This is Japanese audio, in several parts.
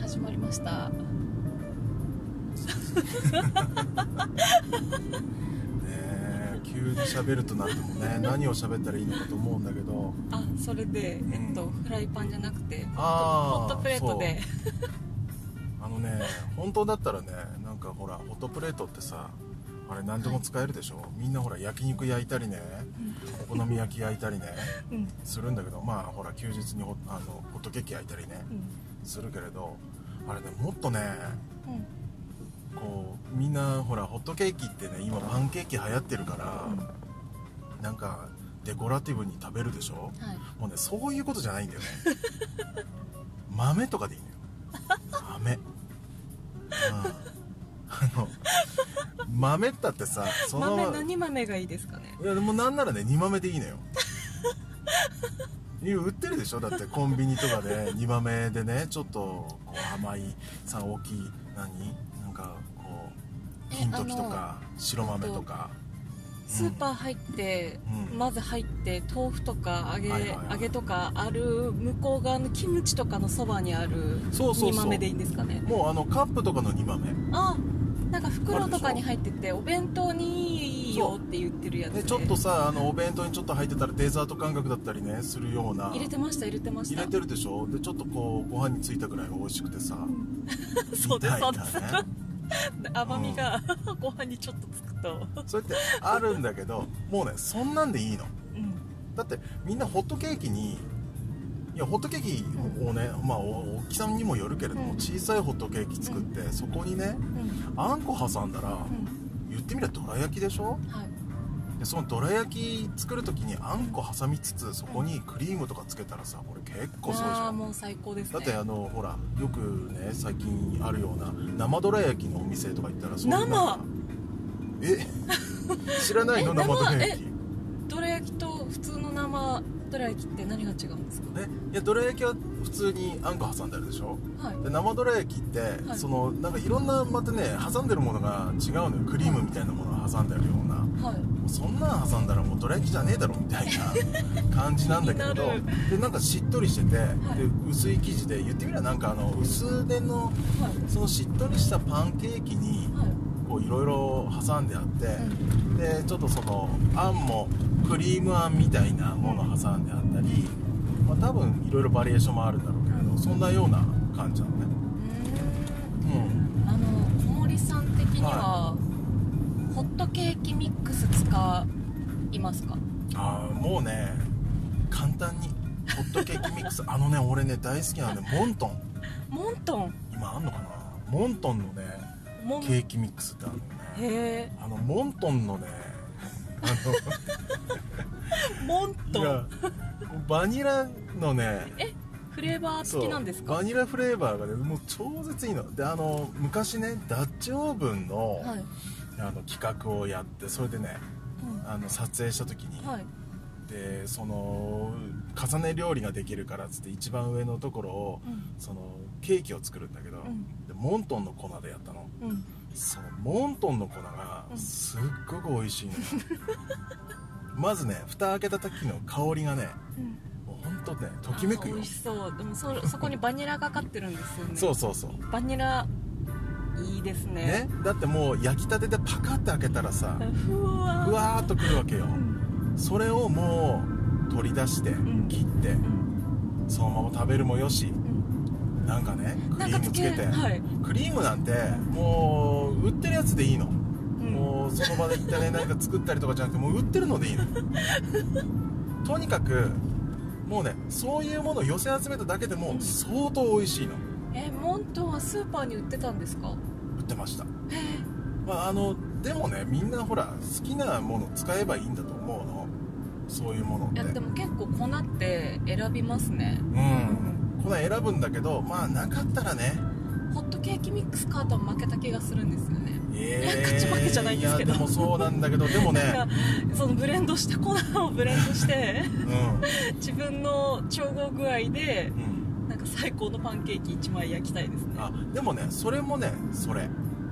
始まりましたえ急に喋るとなるともね何を喋ったらいいのかと思うんだけどあそれで、うんえっとフライパンじゃなくてホあーットプレートであのね本当だったらねなんかほらホットプレートってさあれ何でも使えるでしょ、みんなほら焼肉焼いたりねお好み焼き焼いたりねうんうんするんだけどまあほら休日にホあのホットケーキ焼いたりねするけれどあれねもっとねうんこうみんなほらホットケーキってね今パンケーキ流行ってるから、うんなんかデコラティブに食べるでしょはいもうねそういうことじゃないん だよね豆とかでいいのよ豆うんあの豆ったってさその豆何豆がいいですかねいやでもなんならね煮豆でいいのよいや売ってるでしょだってコンビニとかで煮豆でねちょっとこう甘いさ大きい何なんかこうえ金時とか白豆とかスーパー入って、うんまず入って豆腐とか揚げ,、はいはいはい揚げとかある向こう側のキムチとかのそばにあるそうそうそう煮豆でいいんですかねもうあのカップとかの煮豆あなんか袋とかに入っててお弁当にいいよって言ってるやつでね、ちょっとさあのお弁当にちょっと入ってたらデザート感覚だったりねするような入れてました入れてました入れてるでしょでちょっとこうご飯についたぐらいが美味しくてさ、 そうですみたそいうですなね甘みが ご飯にちょっとつくと、そうやってあるんだけどもうねそんなんでいいのうん、だってみんなホットケーキにいやホットケーキをね、まあお大きさにもよるけれども、うん小さいホットケーキ作って、そこにねうん、あんこ挟んだら、う言ってみればどら焼きでしょん、はい、でそのどら焼き作る時にあんこ挟みつつそこにクリームとかつけたらさこれ結構すごいじあゃあんもう最高ですだねってあのほらよくね最近あるような生どら焼きのお店とか行ったらそういう生え 知らないのえ生どら生焼きどら焼きと普通の生どら焼きって何が違うんですかえいやどら焼きは普通にあんこ挟んであるでしょはいで生どら焼きって、はいそのなんかいろんなまたね挟んでるものが違うのよクリームみたいなものが挟んであるようなもはいうそんなん挟んだらもうどら焼きじゃねえだろみたい な感じなんだけれど気になでなんかしっとりしてて、で薄い生地で言ってみればなんかあの薄手のはいそのしっとりしたパンケーキにはいこういろいろ挟んであって、でちょっとそのあんもクリームあんみたいなもの挟んであったり、まあ、多分いろいろバリエーションもあるんだろうけれどそんなような感じなのねうーうんんあの小森さん的には、ホットケーキミックス使いますかああもうね簡単にホットケーキミックスあのね俺ね大好きなのねモントンモントン今あんのかなモントンのねモンケーキミックスってあるのねへえあのモントンのねあのモンいトンやバニラのねフレーバーそう付きなんですかバニラフレーバーがねもう超絶いいのであの昔ねダッチオーブンの,、はい、あの企画をやってそれでねうんあの撮影した時に、はいでその重ね料理ができるからっつって一番上のところをうんそのケーキを作るんだけど、うんでモントンの粉でやったのうんそのモントンの粉がうんすっごく美味し いのよ、まずね蓋開けた時の香りがねうんもうほんとねときめくあーよ美味しそうでもそそこにバニラがかってるんですよねそうそうそうバニラいいですねね、だってもう焼きたてでパカッて開けたらさふわーふわーっとくるわけようんそれをもう取り出してん切ってうんそのまま食べるもよしうんなんかねクリームつけてなんかつけはいクリームなんてもう売ってるやつでいいのうんもうその場で行った ねなんか作ったりとかじゃなくてもう売ってるのでいいのとにかくもうねそういうものを寄せ集めただけでも相当美味しいのえモントンはスーパーに売ってたんですか売ってましたまああのでもねみんなほら好きなもの使えばいいんだと思うのそういうものっいてやでも結構粉って選びますねうんこれ選ぶんだけどまあなかったらねホットケーキミックスカートは負けた気がするんですよねえ口ばけじゃないんですけどやでもそうなん だけどでもねなんかそのブレンドした 粉をブレンドして うん自分の調合具合でうんなんか最高のパンケーキ1枚焼きたいですねあでもねそれもねそうれ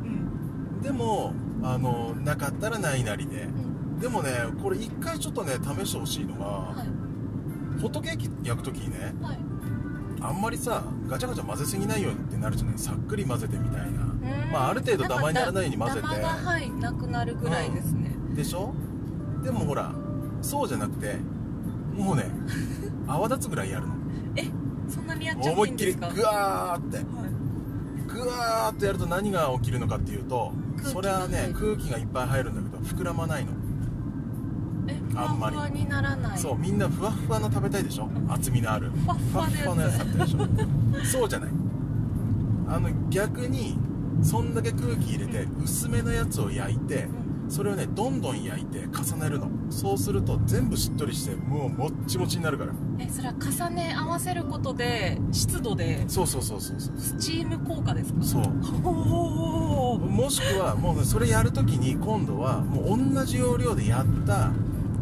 んでもあのなかったらないなりでうんでもねこれ一回ちょっとね試してほしいのが、はいホットケーキ焼く時にねはいあんまりさガチャガチャ混ぜすぎないようにってなるじゃないさっくり混ぜてみたいな、うんまあある程度ダマにならないように混ぜてダマがはいなくなるぐらいですね、でしょでもほらそうじゃなくてもう ね泡立つぐらいやるのえそんなにやっちゃって思いいいんっできりすグかワーってはいグワーってやると何が起きるのかっていうと空気がそれはね入空気がいっぱい入るんだけど膨らまないのえふわあんまりふわにならないそうみんなふわっふわの食べたいでしょ厚みのあるふわっふわのやつふわっのやつ食べたいで しょそうじゃないあの逆にそんだけ空気入れて薄めのやつを焼いてそれをねどんどん焼いて重ねるのそうすると全部しっとりしてもうもっちもちになるからえそれは重ね合わせることで湿度でそうそうそうそうそうスチーム効果ですかそうおおもしくはもうねそれやるときに今度はもう同じ要領でやった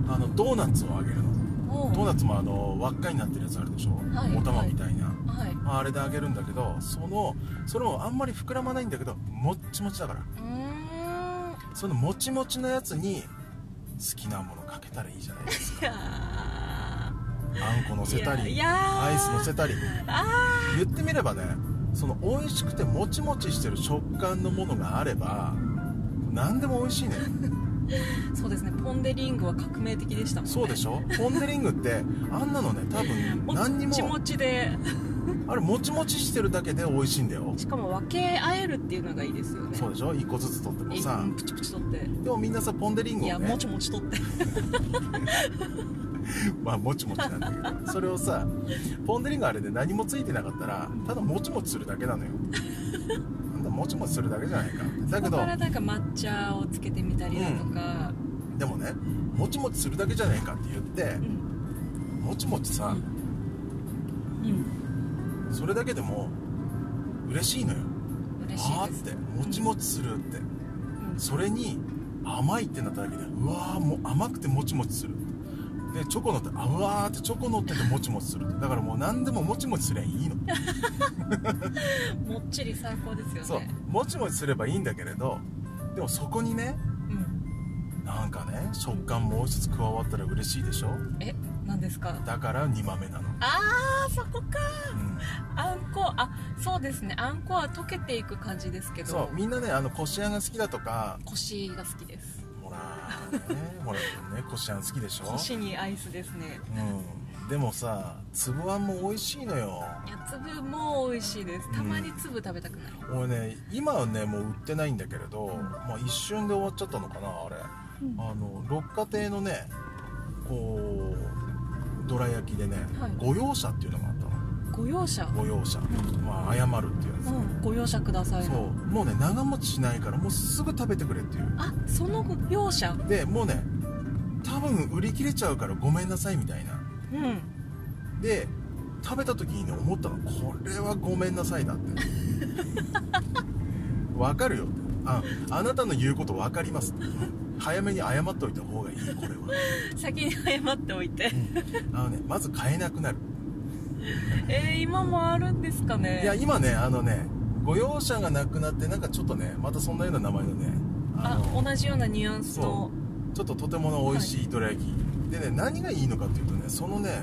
あのドーナツをあげるのドーナツもあの輪っかになってるやつあるでしょ、はいお玉みたいな、はいまああれであげるんだけどそのそれもあんまり膨らまないんだけどもっちもちだからうーんそのもちもちのやつに好きなものかけたらいいじゃないですいやー かあんこのせたいりやいやアイスのせたりあ言ってみればねその美味しくてもちもちしてる食感のものがあれば何でも美味しいねーそうですねポン・デ・リングは革命的でしたもんねそう でしょポン・デ・リングってあんなのね多分何にもっちももちであれもちもちしてるだけで美味しいんだよしかも分け合えるっていうのがいいですよねそうでしょ1個ずつ取ってもいさうんプチプチとってでもみんなさポン・デ・リンいグやをねもちもちとってまあもちもちなんだけ どそれをさポン・デ・リングあれで何もついてなかったらただもちもちするだけなのよあんたもちもちするだけじゃないかだけそこどからなんか抹茶をつけてみたりだとか、でもねもちもちするだけじゃないかって言ってうんもちもちさうんそれだけでも嬉しいのよ嬉しあいーでっすてもちもちするってうんそれに甘いってなっただけでうわーもう甘くてもちもちするでチョコのってあうわーってチョコのっててもちもちするだからもう何でももちもちすりゃいいのもっちり最高ですよねそうもちもちすればいいんだけれどでもそこにねうん、なんかね食感もう一つ加わったら嬉しいでしょえ何ですかだから2豆なの、あーそこかうん、あんこあそうですねあんこは溶けていく感じですけどそうみんなねあのこしあんが好きだとか腰が好きですほらーねほらねこしあん好きでしょ、腰にアイスですねうん、でもさつぶあんも美味しいのよいや粒も美味しいですたまに粒食べたくなる、俺ね今はねもう売ってないんだけれど、まあ、一瞬で終わっちゃったのかなあれ、うんあの六花亭のねこうどら焼きでね、はい御用車っていうのがあったのご容赦御用車、まあ謝るっていうやつ、うんご容赦くださいそうもうね長持ちしないからもうすぐ食べてくれっていうあそのご容赦でもうね多分売り切れちゃうからごめんなさいみたいなうんで食べた時にね思ったのこれはごめんなさ いだってわかるよってああなたの言うことわかります早めに謝っておいた方がいいこれは先に謝っておいて あのねまず買えなくなるえー、今もあるんですかねいや今ねあのね御用者がなくなってなんかちょっとねまたそんなような名前のねあの同じようなニュアンスのそちょっととてもの美味しいどら焼き、でね何がいいのかっていうとねそのね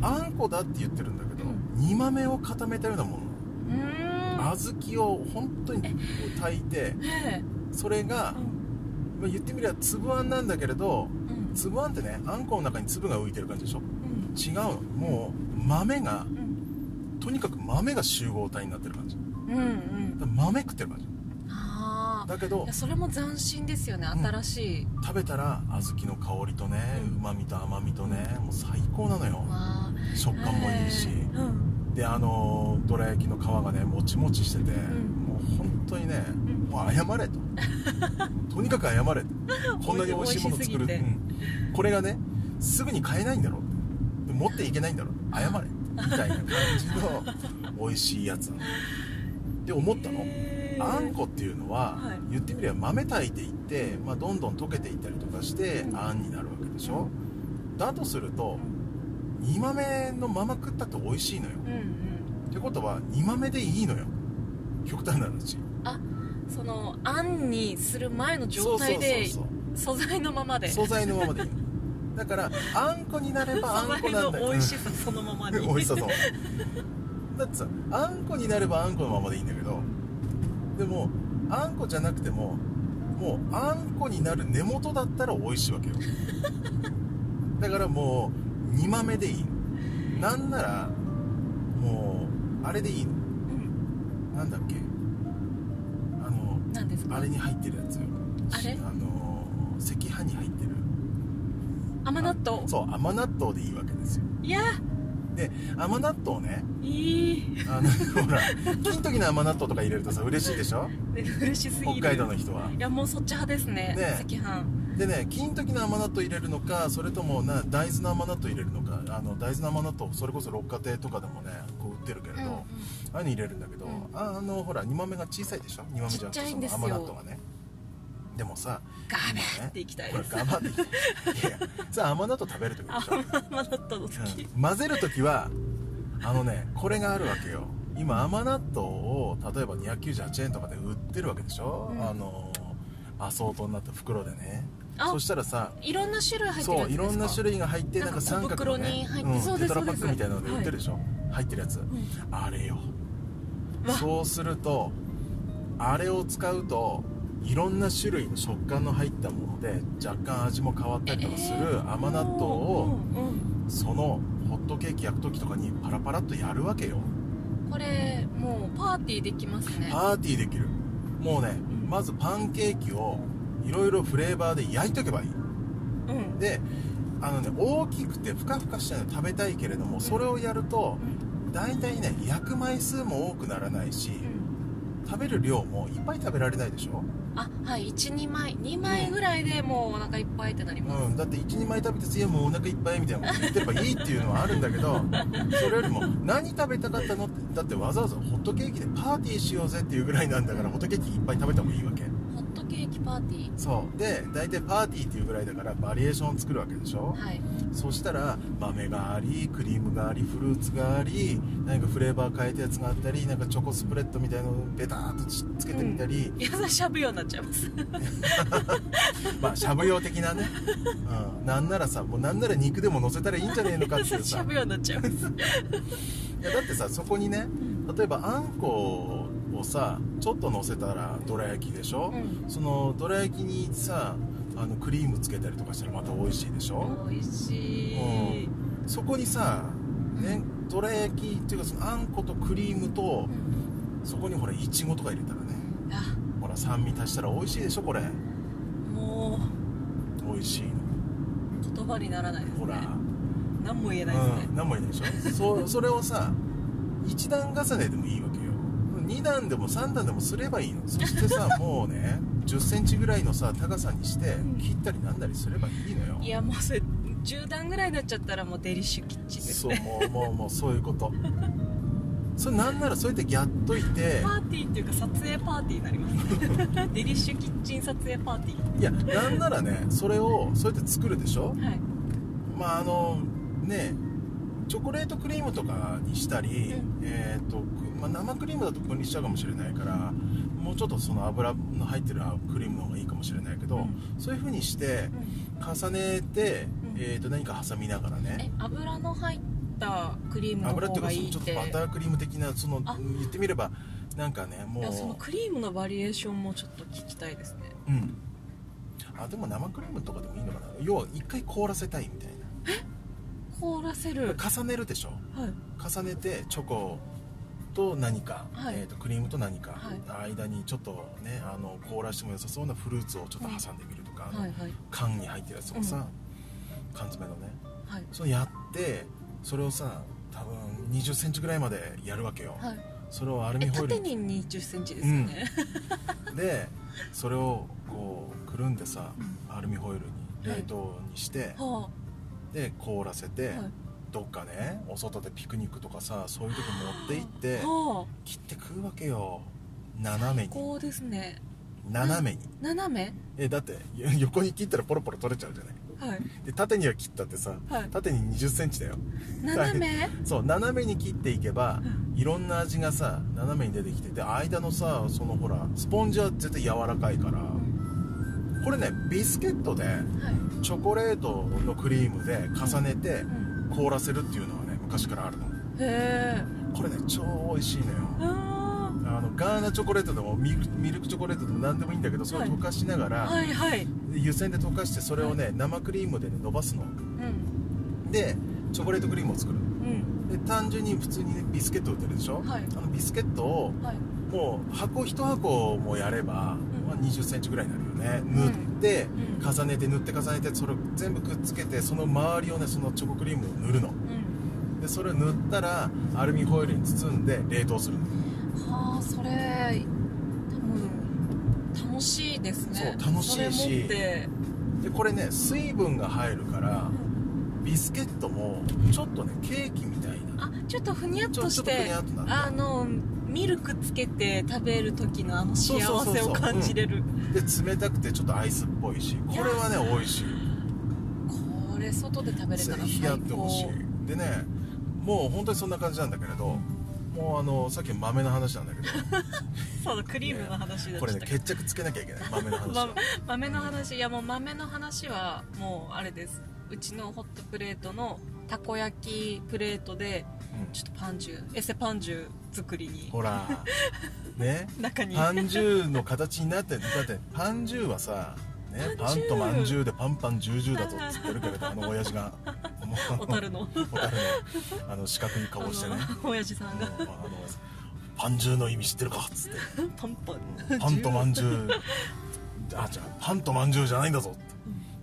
あんこだって言ってるんだけど、うん煮豆を固めたようなものうーん小豆を本当にこう炊いてねそれえがう、んまあ言ってみれば粒あんなんだけれどうん粒あんってねあんこの中に粒が浮いてる感じでしょうん違うのもう豆がうんとにかく豆が集合体になってる感じだかうんうんら豆食ってる感じああだけどいやそれも斬新ですよねうん新しい、食べたら小豆の香りとねうんうまみと甘みとねもう最高なのよわあ食感もいいしうんであのどら焼きの皮がねもちもちしてんて、もう本当にね、んもう謝 れととにかく謝れとこんなに美味しい美もの作る味しすぎてうんこれがねすぐに買えないんだろで持っていけないんだろ謝れみたいな感じの 美味しいやつなので思ったのへーあんこっていうのは、はい言ってみれば豆炊いていって、まあ、どんどん溶けていったりとかして、うんあんになるわけでしょだとすると煮豆のまま食ったって美味しいのようんうんってことは煮豆でいいのよ極端な話そのあんにする前の状態でそうそう素材のままそうでそう素材のままでいいのだからあんこになればあん素こ材なんのだ美味しさそのままにうん美味しさそうだってさあんこになればあんこのままでいいんだけどでもあんこじゃなくてももうあんこになる根元だったら美味しいわけよだからもう煮豆でいいなんならもうあれでいいのうんなんだっけあの何ですかあれに入ってるやつよあれあの赤飯に入ってる甘納豆そう甘納豆でいいわけですよいやで甘納豆ねいいあの ほら金時の甘納豆とか入れるとさ嬉しいでしょ嬉しすぎる北海道の人はいやもうそっち派ですねね赤飯でね金時の甘納豆入れるのかそれともな大豆の甘納豆入れるのかあの大豆の甘納豆それこそ六花亭とかでもねこう売ってるけれど、ああいうの入れるんだけど、うんああのほら煮豆が小さいでしょ煮豆じゃなくちっちゃていそんですのよ甘納豆がねでもさガバっていきたいこでれす頑張っていきたいいやいやさあ甘納豆食べるときでしょ甘納豆の時うん混ぜるときはあのねこれがあるわけよ今甘納豆を例えば298円とかで売ってるわけでしょ、うんあのアソートになった袋でねあそしたらさいろんな種類入ってるやそつういろんな種類が入ってななんんかか三角の、ね、小袋に入ってそううんでテすトラパそうックですみたいなので売ってるでしょ、入ってるやつ、うんあれよわそうするとあれを使うといろんな種類の食感の入ったもので若干味も変わったりとかする甘納豆を、うんうんうんそのホットケーキ焼く時とかにパラパラっとやるわけよこれもうパーティーできますねパーティーできるもうねまずパンケーキをいろいろフレーバーで焼いとけばいいうんであのね大きくてふかふかしたの食べたいけれどもそれをやると大体ね焼く枚数も多くならないしうん食べる量もいっぱい食べられないでしょ、あはい12枚2枚ぐらいでもうお腹いっぱいってなりますうん、だって12枚食べて次はもうお腹いっぱいみたいなこと言ってればいいっていうのはあるんだけどそれよりも何食べたかったのってだってわざわざホットケーキでパーティーしようぜっていうぐらいなんだからホットケーキいっぱい食べた方がいいわけホットケーキパーティーそうで大体パーティーっていうぐらいだからバリエーションを作るわけでしょはいそしたら豆がありクリームがありフルーツがあり何かフレーバー変えたやつがあったりなんかチョコスプレッドみたいのをベターっとつつけてみたり、いやしゃぶようになっちゃいますまあしゃぶ用的なね、うん、なんならさもうなんなら肉でも乗せたらいいんじゃねえのかっていうし さゃぶようになっちゃいますいやだってさそこにね例えばあんこをさちょっと乗せたらどら焼きでしょ、うそのどら焼きにさあのクリームつけたりとかしたらまた美味しいでしょ、美味しいそこにさねどら焼きっていうかそのあんことクリームとそこにほらいちごとか入れたらねあほら酸味足したら美味しいでしょこれも美味しいのう言葉にならないですほら、ね何も言えないですねうん、何もいないでしょそうそれをさ1段重ねでもいいわけよ2段でも3段でもすればいいのそして さもうね1 0ンチぐらいのさ高さにしてん切ったりなんだりすればいいのよいやもうそれ10段ぐらいになっちゃったらもうデリッシュキッチンですそうもうもうもうそういうことそれなんならそうやってやっといて パーティーっていうか撮影パーティーになりますねデリッシュキッチン撮影パーティいやなんならねそれをそうやって作るでしょーはいまああのねチョコレートクリームとかにしたり、うんえーとくまあ、生クリームだと分離しちゃうかもしれないからもうちょっとその油の入ってるクリームの方がいいかもしれないけど、うんそういう風にして重ねて、うんえー、と何か挟みながらえね油の入ったクリームの油って方がいうかそいのいちょっっとてバタークリーム的なそのあ言ってみればなんかねもいやそのう、クリームのバリエーションもちょっと聞きたいですねうん、あでも生クリームとかでもいいのかな要は一回凍らせたいみたいな凍らせる重ねるでしょはい重ねてチョコと何か、はいえー、とクリームと何か、は間にちょっとねあの凍らしても良さそうなフルーツをちょっと挟んでみるとか、あのはいはい缶に入ってるやつをさ、缶詰のねはいそれやってそれをさ多分2 0ンチぐらいまでやるわけよ、はいそれをアルミえホイ縦ルに2 0ンチですよね、でそれをこうくるんでさ、アルミホイルにはい冷凍にして、はで凍らせて、あはどっかねお外でピクニックとかさそういう時持って行っていはあ切って食うわけよ斜めにこうですね斜めに斜めえだってよ横に切ったらポロポロ取れちゃうじゃないはいで縦には切ったってさはい縦に2 0ンチだよ斜めそう斜めに切っていけばいろんな味がさ斜めに出てきてで間のさそのほらスポンジは絶対柔らかいからこれねビスケットではいチョコレートのクリームで重ねてうん凍らせるっていうのはね昔からあるのへえこれね超美味しいのよああのガーナチョコレートでもミルクミルクチョコレートでも何でもいいんだけどそれを溶かしながら、ーはいはいで湯煎で溶かしてそれをね、生クリームで、ね、伸ばすのうんでチョコレートクリームを作るうんで単純に普通に、ね、ビスケット売ってるでしょ、はいあのビスケットをはいもう箱一箱もやれば、うんまあ、2 0ンチぐらいになるよね、うん塗って、うん重ねて塗って重ねてそれを全部くっつけてその周りをねそのチョコクリームを塗るのうんでそれを塗ったらアルミホイルに包んで冷凍するのはあそれ多分楽しいですねそう楽しいしそれ持ってでこれね水分が入るからビスケットもちょっとねケーキみたいなあちょっとふにゃっとしちょてちょっとふにゃっとなってあのミルクつけて食べる時のあの幸そうそうせそをうそう感じれるで冷たくてちょっとアイスっぽいしこれはね美味しいこれ外で食べれたぜらひ最やってほし高いでねもう本当にそんな感じなんだけれどもうあのさっきの豆の話なんだ けどそうだクリームの話だこれしねたけど決着つけなきゃいけない豆の話 はま豆の話いやもう豆の話はもうあれですうちのホットプレートのたこ焼きプレートでうんちょっとパンジュエセパンジュ作りにほら ね中にパンジューの形になってだってパンジューはさね、パパンジンューとまんじゅうでパンパンジュージューだとっつってるけれどあの親父がもう 小樽の 小樽のあの四角い顔してねあの親父さんがうんあのパンジューの意味知ってるかっつってパン パンパンとまんじゅう あじゃあパンとまんじゅうじゃないんだぞ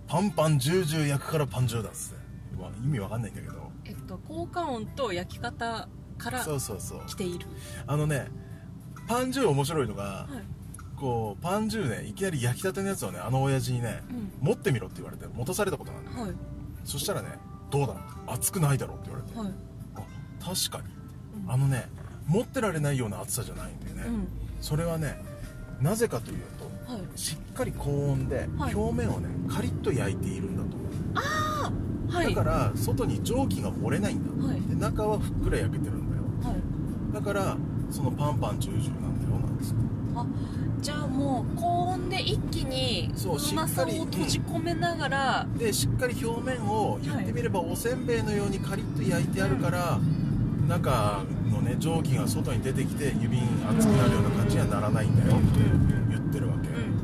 パンパンジュージュー焼くからパンジューだっつって、まあ、意味わかんないんだけどえっと効果音と焼き方からそうそうそう来ているあのねパンジュー面白いのが、はいこうパンジューねいきなり焼きたてのやつをねあの親父にね、う持ってみろって言われて持たされたことなんだよはいそしたらねどうだろう熱くないだろうって言われて、はいあ確かにうんあのね持ってられないような熱さじゃないんだよね、うんそれはねなぜかというとはいしっかり高温ではい表面をね、カリッと焼いているんだと思う、はいだから外に蒸気が漏れないんだ、はいで中はふっくら焼けてるんだよはいだからそのパンパンジュージューなんだよなんですよじゃあもう高温で一気にそううしまっさかをり閉じ込めながらでしっかり表面を言ってみればおせんべいのようにカリッと焼いてあるから、中のね蒸気が外に出てきて指熱くなるような感じにはならないんだよって言ってるわけ、うん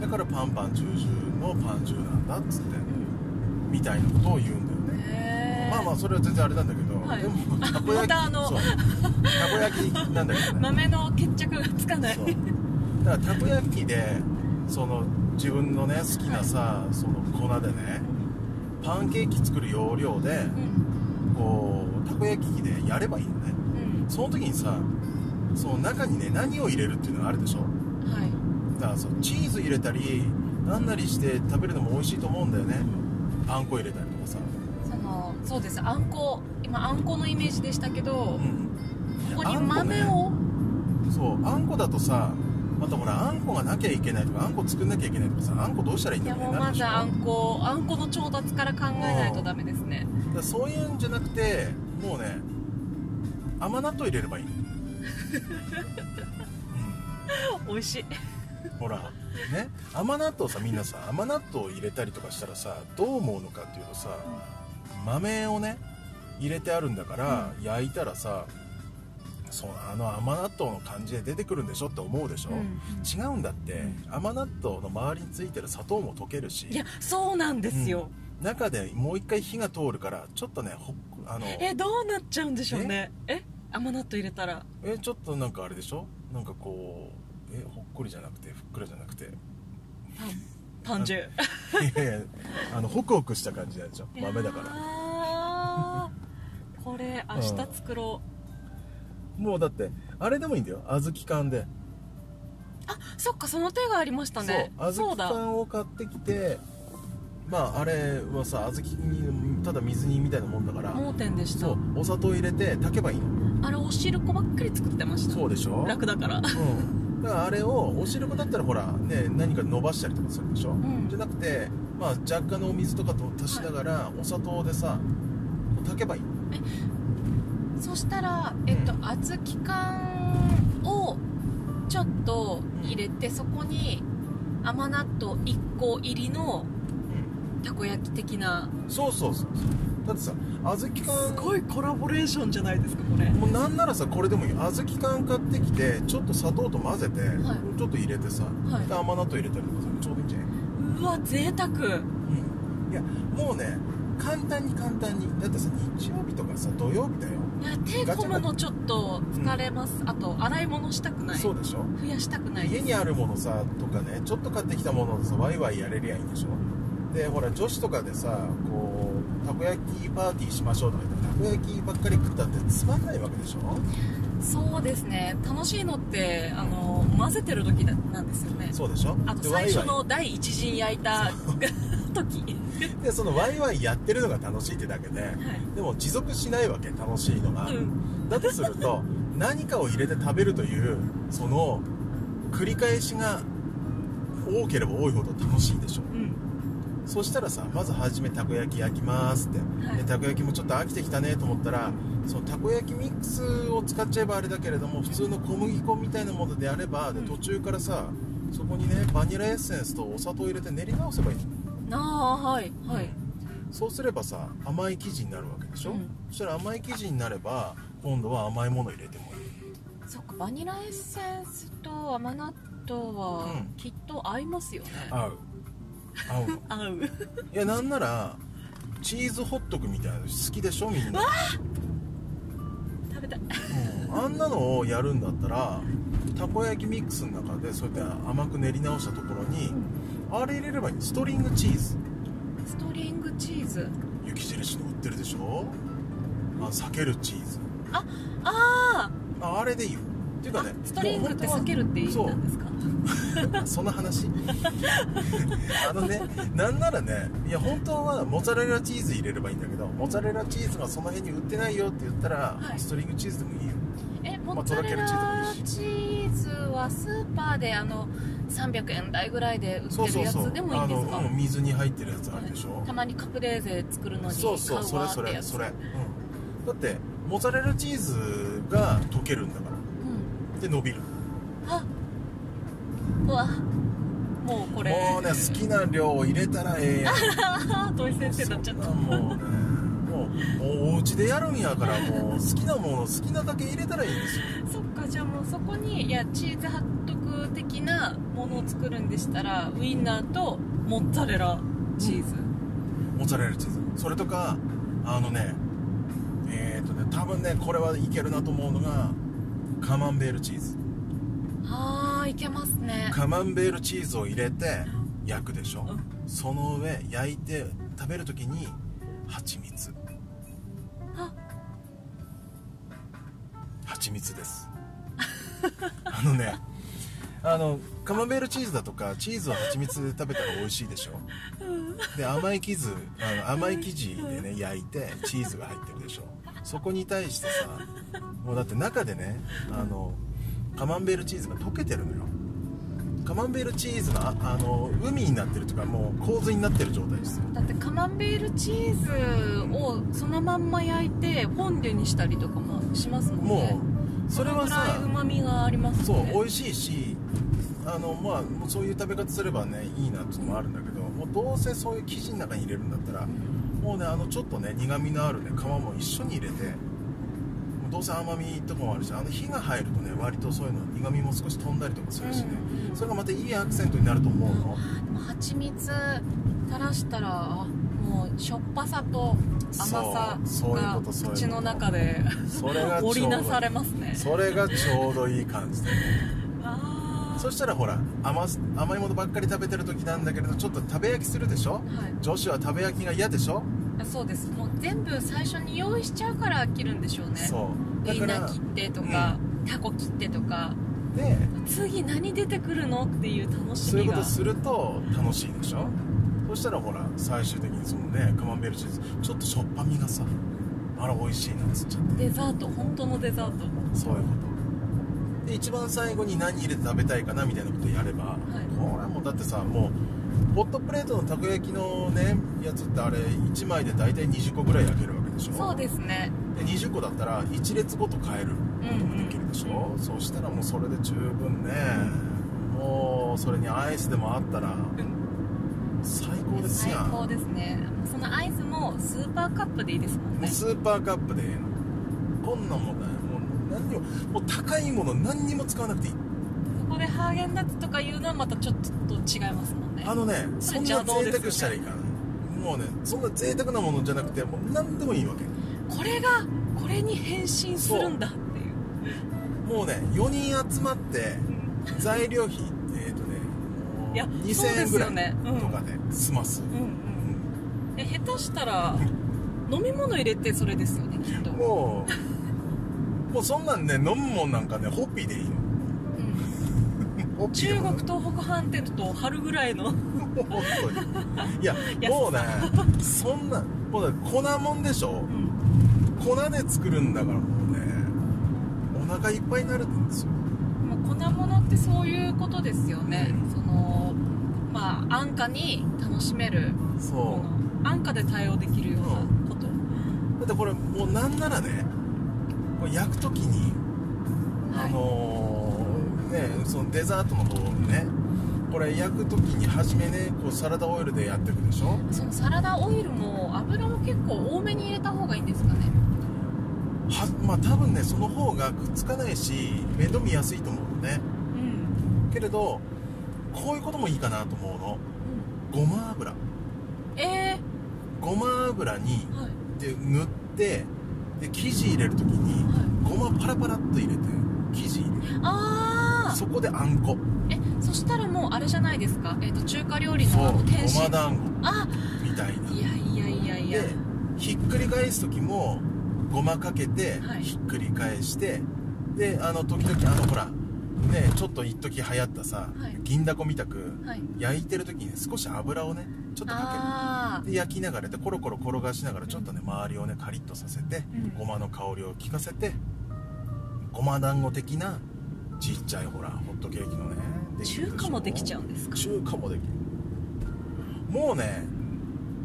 だからパンパンジュージューのパンジューなんだっつってうんみたいなことを言うんだよねへえまあまあそれは全然あれなんだけど、はいでもたこ焼まきたあのそうたこ焼きなんだけどね豆の決着がつかないそうだからたこ焼きでその自分のね好きなさ、その粉でねパンケーキ作る要領で、うんこうたこ焼き器でやればいいのねうんその時にさその中にね何を入れるっていうのがあるでしょはいだからそのチーズ入れたりなんなりして食べるのも美味しいと思うんだよねあんこ入れたりとかさそのそうですあんこ今あんこのイメージでしたけうどんここにあんこね豆をそうあんこだとさまたほらあんこがなきゃいけないとかあんこ作んなきゃいけないとかさあんこどうしたらいいんいだやろうもうねなまるでしずょあんこあんこの調達から考えないとダメですねだからそういうんじゃなくてもうね甘納豆入れればいい の、うん美味しいほらね甘納豆さみんなさ甘納豆を入れたりとかしたらさどう思うのかっていうとさ豆をね入れてあるんだから、焼いたらさそのあの甘納豆の感じで出てくるんでしょって思うでしょ、うん違うんだって甘納豆の周りについてる砂糖も溶けるしいやそうなんですよ中でもう一回火が通るからちょっとねほっあのえどうなっちゃうんでしょうねえ甘納豆入れたらえちょっとなんかあれでしょなんかこうえほっこりじゃなくてふっくらじゃな くていパンジュやいやあのホクホクした感じなんでしょ豆だかららこれ明日作ろうもうだってあれでもいいんだよ小豆缶で、あそっかその手がありましたねそう小そ豆うだ缶を買ってきてまああれはさ小豆にただ水煮みたいなもんだから盲点でしたそうお砂糖入れて炊けばいいのあれお汁粉ばっかり作ってましたそうでしょ楽だからうん、だからあれをお汁粉だったらほらね何か伸ばしたりとかするでしょ、んじゃなくて、まあ、若干のお水とかと足しながらお砂糖でさこう炊けばいいそしたら、えっと、厚き缶をちょっと入れて、そこに甘納豆1個入りのたこ焼き的なそうそうそうそうだってさ小豆す缶ごいコラボレーションじゃないですかこれもうなんならさこれでもいい小豆缶買ってきてちょっと砂糖と混ぜて、いちょっと入れてさ、いで甘納豆入れたりとかさちょうどいいんじゃないうわ贅沢うんいやもうね簡単に簡単にだってさ日曜日とかさ土曜日だよ、いや手込むのちょっと疲れます、あと洗い物したくないそ増うでしょやしたくない家にあるものさとかねちょっと買ってきたものをさワイワイやれりゃいいんでしょでほら女子とかでさこうたこ焼きパーティーしましょうとか言ってたこ焼きばっかり食ったってつまんないわけでしょそうですね楽しいのってあの混ぜてる時だなんですよねそうでしょあとで最ワ初イワの第一陣焼いた時 イでそのワイワイやってるのが楽しいってだけではいでも持続しないわけ楽しいのが、うんだとする と何かを入れて食べるというその繰り返しが多ければ多いほど楽しいでしょうんそしたらさまず初めたこ焼き焼きますって、はいでたこ焼きもちょっと飽きてきたねと思ったらそのたこ焼きミックスを使っちゃえばあれだけれども普通の小麦粉みたいなものであればでうん途中からさそこにねバニラエッセンスとお砂糖を入れて練り直せばいいなのあはいはい、そうすればさ甘い生地になるわけでしょ、うんそしたら甘い生地になれば今度は甘いもの入れてもいいそっかバニラエッセンスと甘納豆はうんきっと合いますよね、合う合うの合ういやなんならチーズホットクみたいなの好きでしょみんな、 食べたいうんあんなのをやるんだったらたこ焼きミックスの中でそうやって甘く練り直したところにあれ入れればいいストリングチーズストリングチーズ雪印の売ってるでしょあ避けるチーズあああれでいいよっていうーかあねストリングって避けるって意味なんですかその話 あのねなんならねいや本当はモッツァレラチーズ入れればいいんだけどモッツァレラチーズがその辺に売ってないよって言ったら、はいストリングチーズでもいいよえモまあッツァレラとろけるチーズはスーパーであの300円台ぐらいで売そうってるそうやそうつでもいいんですかあのうん水に入ってるやつあるでしょ、たまにカプレーゼ作るのに買そうそううそれわっそてれやつそれ、うん、だってモッツァレラチーズが溶けるんだかうんらで伸びるあうわもうこれもうね好きな量を入れたらええやんあ土井先生にな っちゃったそんなもうねもうもうお家でやるんやからもう好きなもの好きなだけ入れたらいいんですよそっかじゃあもうそこにいやチーズハットク的なものを作るんでしたらウインナーとモッツァレラチーズ、モッツァレラチーズそれとかあのねえっ、ー、とね多分ねこれはいけるなと思うのがカマンベールチーズあーいけますねカマンベールチーズを入れて焼くでしょ、うんその上焼いて食べるときに蜂蜜あ蜂蜜です あのねあのカマンベールチーズだとかチーズは蜂蜜で食べたら美味しいでしょで甘い生地あの甘い生地でね焼いてチーズが入ってるでしょそこに対してさもうだって中でねあのカマンベールチーズが溶けてるのよカマンベールチーズのああの海になってるというかもう洪水になってる状態ですよだってカマンベールチーズをそのまんま焼いてフォンデュにしたりとかもしますもんねもうそれそはのさぐらいうまみがありますそようね美味しいしあのまあもうそういう食べ方すればねいいなっていうのもあるんだけどもうどうせそういう生地の中に入れるんだったらもうねあのちょっとね苦みのあるね皮も一緒に入れてもうどうせ甘みとかもあるしあの火が入るとね割とそういうの苦みも少し飛んだりとかするしね、うんそれがまたいいアクセントになると思うの、でも蜂蜜垂らしたらもうしょっぱさと甘さそうそういうがことそういうこと口の中でそれがちょうどい 織いりなされますねそれがちょうどいい感じであそしたらほら甘す甘いものばっかり食べてる時なんだけれどちょっと食べ焼きするでしょあはい女子は食べ焼きが嫌でしょ、あそうですもう全部最初に用意しちゃうから飽きるんでしょうねそうウだインかナーら切ってとか、タコ切ってとかで次何出てくるのっていう楽しそういみうこがとすると楽しいでしょそしたらほら最終的にそのねカマンベールチーズちょっとしょっぱみがさあら美味しいなっつっちゃってデザート本当のデザートそういうことで一番最後に何入れて食べたいかなみたいなことやれば、これはもうだってさもうホットプレートのたこ焼きのねやつってあれ1枚で大体20個ぐらい焼けるわけでしょそうですねで20個だったら1列ごと変えることもできるでしょ、そうしたらもうそれで十分ねもうそれにアイスでもあったうらん最高です最やん高もですねそのアイスもスーパーカップでいいですもんうねスーパーカップでええのこんなもんだよもう何にももう高いもの何にも使わなくていいここでハーゲンダッツとか言うのはまたちょっと違いますもんねあのねそそれんな邪贅道ですよね沢したらいいからねもうねそんな贅沢なものじゃなくてもう何でもいいわけこれがこれに変身するんだっていうもうね4人集まって材料費えっ、とねもういやそう2000で円すぐらよねいとかで済ます、うんうんえ下手したら飲み物入れてそれですよねきっと、もうもうそんなんね飲むもんなんかねホッピーでいいようんホッピー中とか国東北飯店と春ぐらいのもう本当にいやもうねそんなもうね粉もんでしょうん粉で作るんだからもうねお腹いっぱいになるんですよまあ粉物ってそういうことですよねうんそのまあ安価に楽しめるそこの安価で対応できるようなことうだってこれもうなんならねこれ焼く時にあはいのーねそのデザートの方をねこれ焼く時に初めねこうサラダオイルでやっていくでしょそのサラダオイルも油も結構多めに入れた方がいいんですかねはまあ多分ねその方がくっつかないし面倒見やすいと思うのねうん、けれどこういうこともいいかなと思うのごま油えごま油にー、はいで塗ってで生地入れる時にはいごまパラパラっと入れて生地入れるああそこであんこえそしたらもうあれじゃないですか、えー、と中華料理そうのあの天ごま津団子あみたいないやいやいやいやでひっくり返す時もごまかけてはいひっくり返して、であの時々あのほらねちょっと一時流行ったさ、はい銀だこみたくはい焼いてる時に少し油をねちょっとあかけてで焼きながらでコロコロ転がしながらちょっとね周りをねカリッとさせて、うんごまの香りを効かせてごま団子的なちっちゃいほらホットケーキのねあ中華もできちゃううんですか中華もできるもうね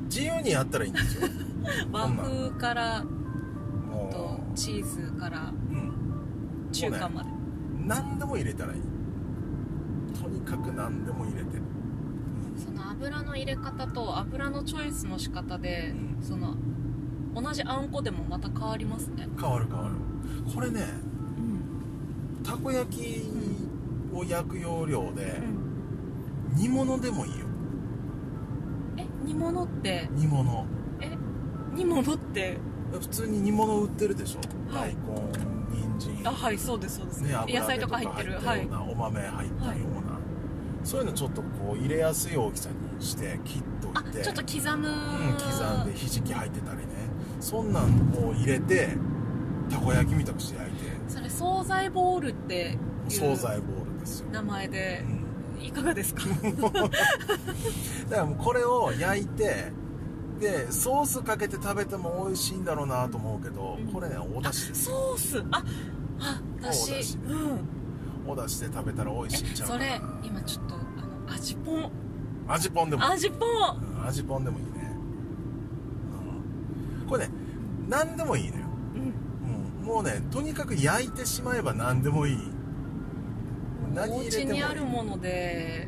自由にやったらいいん ですよ和風からともチーズからう、うん、中華まで、何でも入れたらいいとにかく何でも入れてその油の入れ方と油のチョイスの仕方で、うんその同じあんこでもまた変わりますね、変わる変わるこれねたこ焼きを焼く要領うでん煮物でもいいよえ煮物って煮物煮物って普通に煮物売ってるでしょは大い根人参あはいそうですそうです、ね、油野菜とか入ってる入はったよいうな、お豆入ったような、そういうのちょっとこう入れやすい大きさにして切っあといてちょっと刻む、うん、刻んでひじき入ってたりねそんなんを入れてたこ焼きみたくして焼いてそれ惣菜ボールっておい惣う菜ボールですよ、名前でうん、いかがですかだからもうこれを焼いてでソースかけて食べても美味しいんだろうなと思うけどうんこれねおだしですソースああ私お出汁うんおだしで食べたら美え味しいんちゃうそかなれ今ちょっとあの味ぽん味ぽんでもいい味ぽんうん味ぽんでもいいね、うん、これね何でもいいのよ、うんうん、もうねとにかく焼いてしまえば何でもいい何お入れて家もいいにあるもので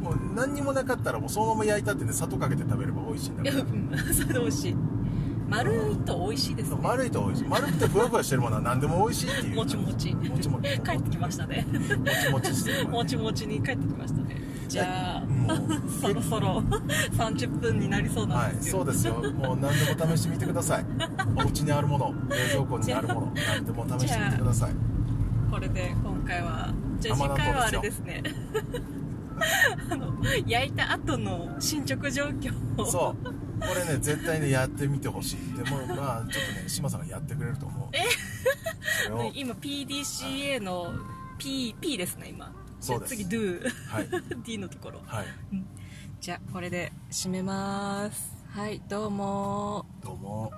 もう何にもなかったらもうそのまま焼いたってね砂糖かけて食べれば美味しいんだいかやらうん それ美味しい丸いと美味しいですそうね丸いと美味しい丸くてふわふわしてるものは何でも美味しいっていうもちもちもちもち帰ってきましたねもちもちしてるもわねちもちに帰ってきましたねじゃあもうそろそろ30分になりそうなはんでいすそようですよもう何でも試してみてくだ さいお家にあるもの冷蔵庫にあるもの何でも試してみてくださいこれで今回はじゃあ次回はあれですね あの焼いた後の進捗状況をそうこれね絶対ねやってみてほしいでもまあちょっとね志麻さんがやってくれると思うえそ れを今 PDCA の P, P ですね今そうですじゃあ次 Do はい D のところはいじゃあこれで締めますはいどうもどうも